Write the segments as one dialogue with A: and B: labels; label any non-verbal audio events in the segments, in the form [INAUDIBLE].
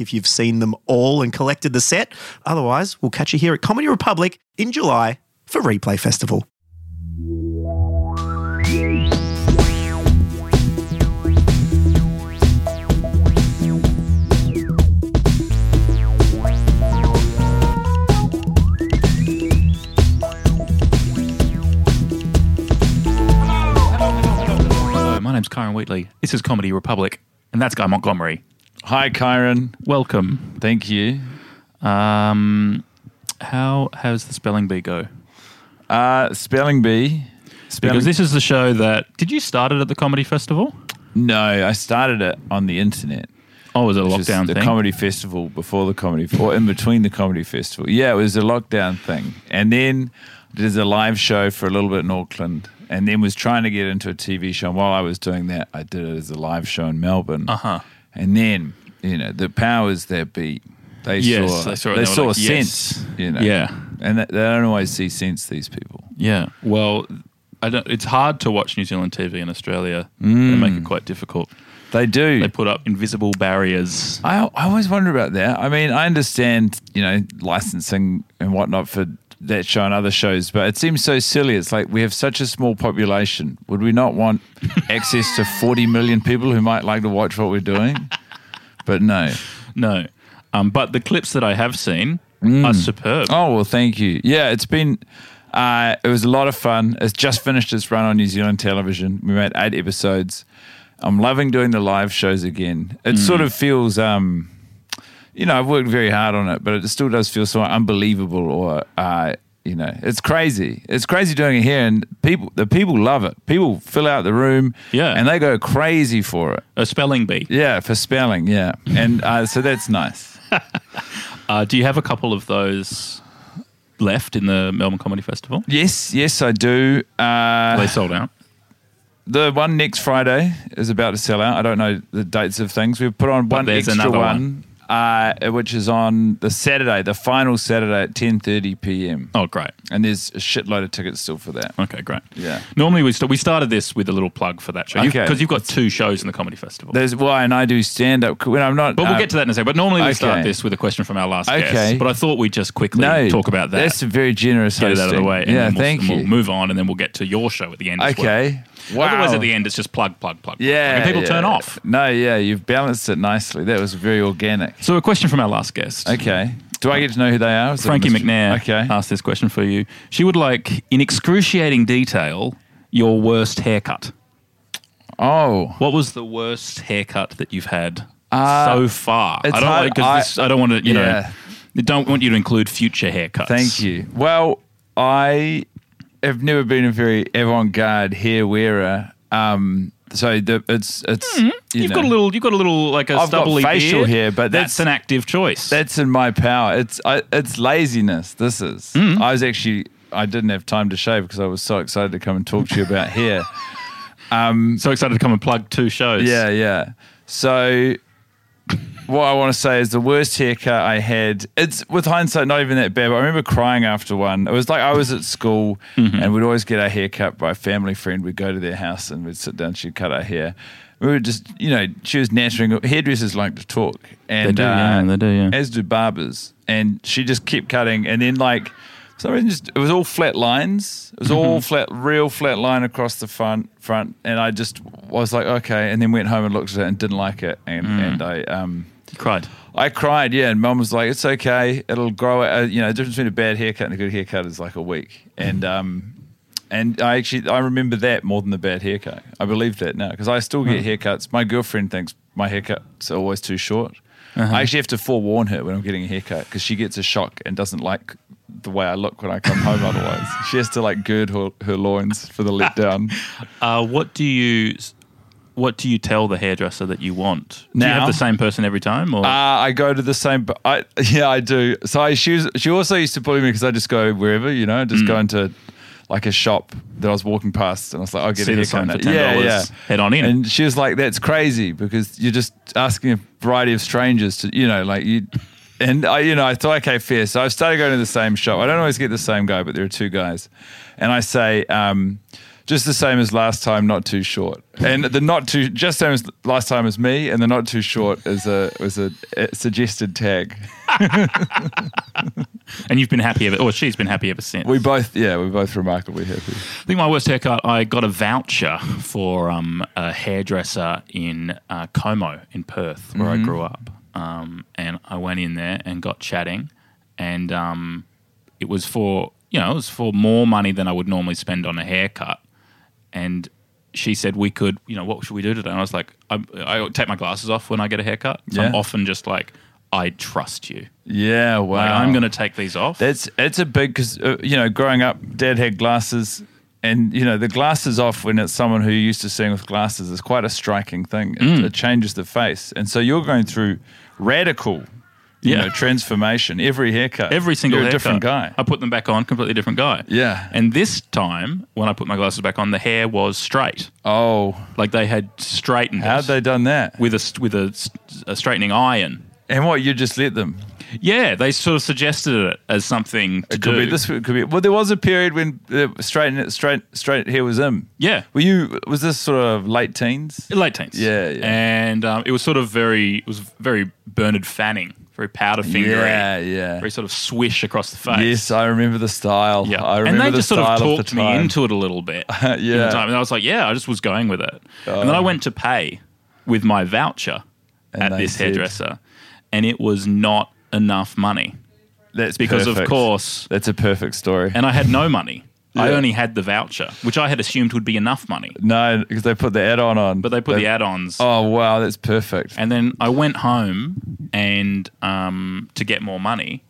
A: if you've seen them all and collected the set. Otherwise, we'll catch you here at Comedy Republic in July for Replay Festival.
B: Hello, my name's Kyron Wheatley. This is Comedy Republic, and that's Guy Montgomery.
C: Hi, Kyron.
B: Welcome.
C: Thank you.
B: Um, how how's the spelling bee go?
C: Uh, spelling bee. Spelling
B: Because this is the show that did you start it at the comedy festival?
C: no, I started it on the internet.
B: Oh, was it a
C: Which is
B: lockdown
C: the
B: thing?
C: comedy festival before the comedy or in between the comedy festival. Yeah, it was a lockdown thing, and then did a live show for a little bit in Auckland, and then was trying to get into a TV show. And while I was doing that, I did it as a live show in Melbourne. Uh
B: Uh-huh.
C: And then you know the powers that be, they
B: Yes,
C: saw
B: they saw it,
C: they
B: they were
C: saw
B: like, yes.
C: sense. You know,
B: Yeah.
C: and they, they don't always see sense. These people.
B: yeah. Well, I don't, it's hard to watch New Zealand TV in Australia. They make it quite difficult.
C: They do.
B: They put up invisible barriers.
C: I, I always wonder about that. I mean, I understand, you know, licensing and whatnot for that show and other shows, but it seems so silly. It's like we have such a small population. Would we not want access to 40 million people who might like to watch what we're doing? But no.
B: No. Um, but the clips that I have seen are superb.
C: Oh, well, thank you. Yeah, it's been, uh, it was a lot of fun. It's just finished its run on New Zealand television. We made eight episodes. I'm loving doing the live shows again. It sort of feels, um, you know, I've worked very hard on it, but it still does feel so unbelievable or, uh, you know, it's crazy. It's crazy doing it here, and people the people love it. People fill out the room,
B: Yeah.
C: and they go crazy for it.
B: A spelling bee.
C: Yeah, for spelling, yeah, and uh, so that's nice.
B: Uh, do you have a couple of those left in the Melbourne Comedy Festival?
C: Yes, yes, I do. Uh,
B: They sold out.
C: The one next Friday is about to sell out. I don't know the dates of things. We've put on one
B: there's
C: extra
B: another
C: one, Uh, which is on the Saturday, the final Saturday at ten thirty p.m.
B: Oh, great.
C: And there's a shitload of tickets still for that.
B: Okay, great.
C: Yeah.
B: Normally we st- we started this with a little plug for that show because
C: Okay.
B: you've, got two shows in the comedy festival.
C: There's well, and I do stand up when I'm not.
B: but we'll
C: uh,
B: get to that in a second. But normally we start
C: okay.
B: this with a question from our last
C: Okay.
B: guest. But I thought we'd just quickly
C: no
B: talk about that,
C: That's a very generous.
B: get it out of the
C: hosting.
B: way, and
C: Yeah,
B: then we'll,
C: thank
B: and we'll
C: you.
B: move on, and then we'll get to your show at the end. as well.
C: Okay. Wow.
B: Otherwise, at the end, it's just plug, plug, plug. plug.
C: Yeah.
B: And people
C: yeah.
B: turn off.
C: No, yeah, you've balanced it nicely. That was very organic.
B: So, a question from our last guest.
C: Okay. Do I get to know who they are? Is it
B: Frankie
C: Mr.
B: McNair Uh,
C: Okay.
B: asked this question for you. She would like, in excruciating detail, your worst haircut.
C: Oh.
B: What was the worst haircut that you've had
C: Uh,
B: so far?
C: it's
B: I don't
C: hard-
B: like, 'cause
C: I-
B: this- I don't want to, you
C: Yeah.
B: know, I don't want you to include future haircuts.
C: Thank you. Well, I have never been a very avant-garde hair wearer. Um, so the, it's it's you
B: Mm-hmm. You've
C: know,
B: got a little, you've got a little like a
C: I've got
B: stubbly
C: facial
B: beard.
C: hair, but
B: that's,
C: that's-
B: an active choice.
C: that's in my power. It's I, it's laziness. This is.
B: Mm-hmm.
C: I was actually I didn't have time to shave because I was so excited to come and talk to you
B: [LAUGHS]
C: about hair.
B: so excited to come and plug two shows.
C: Yeah, yeah. So what I want to say is the worst haircut I had. It's with hindsight not even that bad, but I remember crying after one. It was like I was at school
B: Mm-hmm.
C: and we'd always get our hair cut by a family friend. We'd go to their house and we'd sit down, she'd cut our hair. We were just, you know, she was nattering. Hairdressers like to talk. And,
B: do,
C: uh,
B: yeah, they do, yeah.
C: As do barbers. And she just kept cutting. And then, like, for some reason, just, it was all flat lines. It was all
B: Mm-hmm.
C: flat, real flat line across the front. front. And I just was like, okay. And then went home and looked at it and didn't like it. And,
B: Mm.
C: and I, um,
B: cried.
C: I cried, yeah, and mum was like, "It's okay, it'll grow." Uh, you know, the difference between a bad haircut and a good haircut is like a week, and um, and I actually I remember that more than the bad haircut. I believe that now because I still get haircuts. My girlfriend thinks my haircuts are always too short. I actually have to forewarn her when I'm getting a haircut because she gets a shock and doesn't like the way I look when I come home. Otherwise, she has to like gird her, her loins for the letdown.
B: Uh, what do you what do you tell the hairdresser that you want? Do you
C: Now?
B: have the same person every time? Or
C: Uh, I go to the same. b- I [LAUGHS] yeah, I do. So I she was, she also used to bully me because I just go wherever you know, just go into like a shop that I was walking past, and I was like, I'll get
B: See
C: a
B: the
C: haircut.
B: sign for
C: now. Yeah,
B: $10.
C: yeah.
B: Head on in.
C: And she was like, "That's crazy because you're just asking a variety of strangers to you know like you." And I, you know, I thought, okay, fair. So I've started going to the same shop. I don't always get the same guy, but there are two guys, and I say, um, just the same as last time, not too short. And the not too, just same as last time as me, and the not too short is a was a, a suggested tag.
B: and you've been happy ever, or she's been happy ever since.
C: We both, yeah, we're both remarkably happy.
B: I think my worst haircut, I got a voucher for um, a hairdresser in uh, Como in Perth, where
C: Mm-hmm.
B: I grew up. Um, and I went in there and got chatting, and um, it was for you know it was for more money than I would normally spend on a haircut. And she said we could, you know, what should we do today? And I was like, I, I take my glasses off when I get a haircut. So I'm
C: Yeah.
B: often just like, I trust you.
C: Yeah, wow.
B: Like I'm going to take these off.
C: That's it's a big because uh, you know growing up, dad had glasses, and you know the glasses off when it's someone who you're used to seeing with glasses is quite a striking thing. It,
B: Mm.
C: it changes the face, and so you're going through radical, you
B: Yeah.
C: know, transformation. Every haircut,
B: Every single
C: you're a
B: haircut.
C: different guy.
B: I put them back on, completely different guy.
C: Yeah.
B: And this time, when I put my glasses back on, the hair was straight.
C: Oh,
B: Like they had straightened
C: how'd
B: it
C: they done that?
B: with a with a, a straightening iron.
C: And what you just let them?
B: Yeah, they sort of suggested it as something to
C: It could
B: do.
C: be this. It could be. Well, there was a period when uh, straight straight straight hair was in.
B: Yeah.
C: Were you? Was this sort of late teens?
B: Late teens.
C: Yeah, yeah.
B: And um, it was sort of very, it was very Bernard Fanning, very powder fingery.
C: Yeah, yeah.
B: Very sort of swish across the face.
C: Yes, I remember the style.
B: Yeah,
C: I
B: and
C: remember
B: they
C: the
B: just sort of
C: style the
B: talked me
C: time.
B: into it a little
C: [LAUGHS]
B: bit. yeah,
C: Yeah. Oh.
B: time. and I was like, yeah, I just was going with it. and then I went to pay with my voucher
C: And
B: at
C: they
B: this
C: said-
B: hairdresser, and it was not enough money
C: That's
B: because, of
C: perfect.
B: course,
C: That's a perfect story.
B: and I had no money. I
C: Yeah.
B: only had the voucher, which I had assumed would be enough money,
C: no, because they put the add-on on.
B: but they put the add-ons.
C: Oh wow, that's perfect.
B: And then I went home and um, to get more money.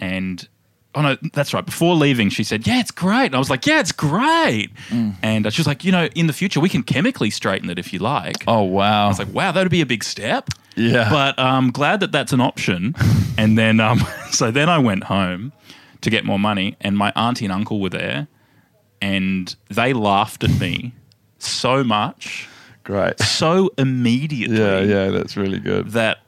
B: And oh no, that's right. Before leaving, she said, "Yeah, it's great." And I was like, "Yeah, it's great."
C: Mm.
B: And uh, she was like, "You know, in the future, we can chemically straighten it if you like."
C: Oh wow.
B: I was like, "Wow, that would be a big step."
C: Yeah.
B: But I'm um, glad that that's an
C: [LAUGHS]
B: option. and then, um, [LAUGHS] so then I went home to get more money, and my auntie and uncle were there, and they laughed at me so much,
C: great.
B: so immediately
C: Yeah, yeah, that's really good.
B: that,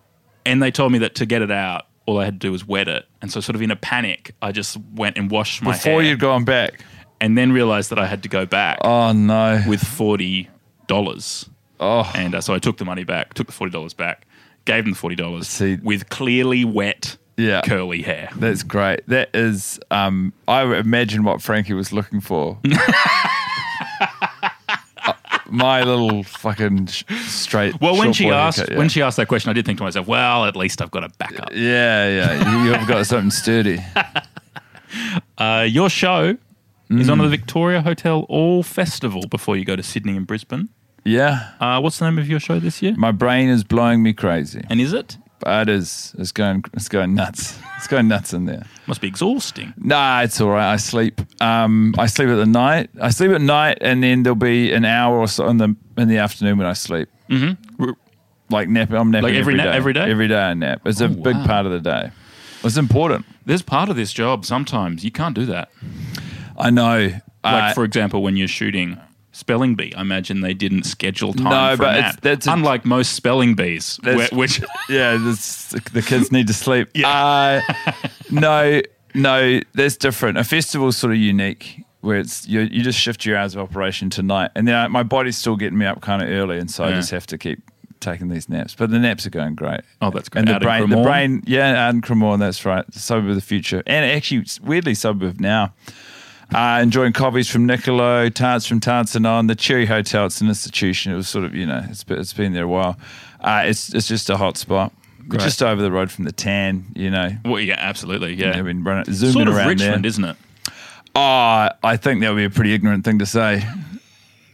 B: and they told me that to get it out, all I had to do was wet it. And so, sort of in a panic, I just went and washed my
C: Before
B: hair,
C: you'd gone back.
B: and then realized that I had to go back
C: Oh no.
B: with forty dollars.
C: oh,
B: And uh, so I took the money back, took the forty dollars back, gave them the forty dollars
C: See-
B: with clearly wet,
C: Yeah.
B: curly hair.
C: that's great. That is. Um, I imagine what Frankie was
B: [LAUGHS]
C: looking for. Uh, My little fucking sh- straight.
B: Well, when
C: short
B: she
C: boy
B: asked
C: haircut, yeah.
B: when she asked that question, I did think to myself, well, at least I've got a backup.
C: Yeah, yeah, you, you've got
B: [LAUGHS]
C: something sturdy.
B: Uh, your show is
C: Mm.
B: on at the Victoria Hotel All Festival before you go to Sydney and Brisbane.
C: Yeah,
B: Uh, what's the name of your show this year?
C: my brain is blowing me crazy.
B: And is it?
C: It is. It's going. It's going nuts. [LAUGHS] It's going nuts in there.
B: Must be exhausting.
C: Nah, it's all right. I sleep. Um, I sleep at the night. I sleep at night, and then there'll be an hour or so in the in the afternoon when I sleep. Mm-hmm. Like nap. I'm napping
B: Like every
C: every
B: nap-
C: day.
B: every day?
C: Every day I nap. It's a
B: Oh,
C: big
B: wow.
C: part of the day. It's important.
B: There's part of this job sometimes you can't do that.
C: I know.
B: Like
C: Uh,
B: for example, when you're shooting spelling bee, I imagine they didn't schedule time
C: No,
B: for
C: but
B: a
C: it's-
B: nap.
C: that's a-
B: Unlike most spelling bees,
C: That's-
B: wh- which [LAUGHS]
C: yeah, this, the kids need to sleep. Uh, no, no, that's different. A festival's sort of unique where it's you, you just shift your hours of operation to night, and then I, my body's still getting me up kind of early, and so I
B: Yeah.
C: just have to keep taking these naps. But the naps are going great.
B: Oh, that's great.
C: And
B: Out
C: the
B: in
C: brain, the
B: Cremorne?
C: brain, yeah, and Cremorne, that's right, the suburb of the future, and actually weirdly suburb of now. Uh, enjoying coffees from Niccolo, tarts from Tarts and On, the Cherry Hotel. It's an institution. It was sort of, you know, it's, been- it's been there a while. Uh, it's, it's just a hot spot. We're
B: Great.
C: Just over the road from the Tan, you know.
B: Well, yeah, absolutely. Yeah.
C: They've been running, zooming
B: sort of
C: around
B: Richmond,
C: there.
B: is isn't it?
C: Oh, I think that would be a pretty ignorant thing to say.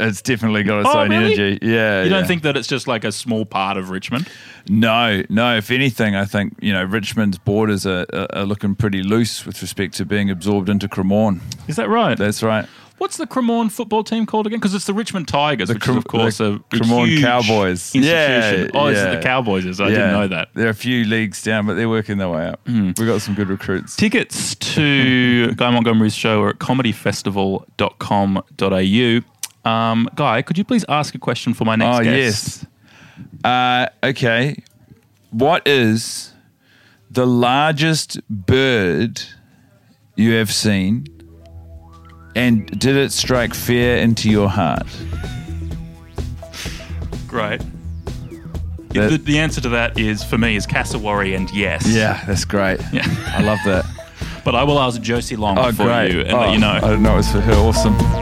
C: It's definitely got its
B: Oh,
C: own
B: really?
C: energy. Yeah.
B: You don't
C: yeah.
B: think that it's just like a small part of Richmond?
C: No, no. If anything, I think you know Richmond's borders are, are, are looking pretty loose with respect to being absorbed into Cremorne.
B: Is that right?
C: That's right.
B: What's the Cremorne football team called again? Because it's the Richmond Tigers, which
C: Crem-
B: is of course
C: the
B: a big,
C: Cremorne
B: huge
C: Cowboys.
B: Institution.
C: Yeah,
B: oh, it's
C: yeah.
B: the Cowboys. Is I didn't know that. Hmm.
C: There are a few leagues down, but they're working their way up. We've got some good recruits.
B: Tickets to Guy Montgomery's show are at comedyfestival.com.au. Um, Guy, could you please ask a question for my next
C: Oh
B: guest?
C: yes. Uh, okay. What is the largest bird you have seen, and did it strike fear into your heart?
B: Great.
C: That-
B: the, the answer to that is, for me, is cassowary and yes.
C: Yeah, that's great.
B: Yeah.
C: I love that. Oh,
B: But I will ask Josie Long for you and let you know.
C: I didn't know it was for her. Awesome.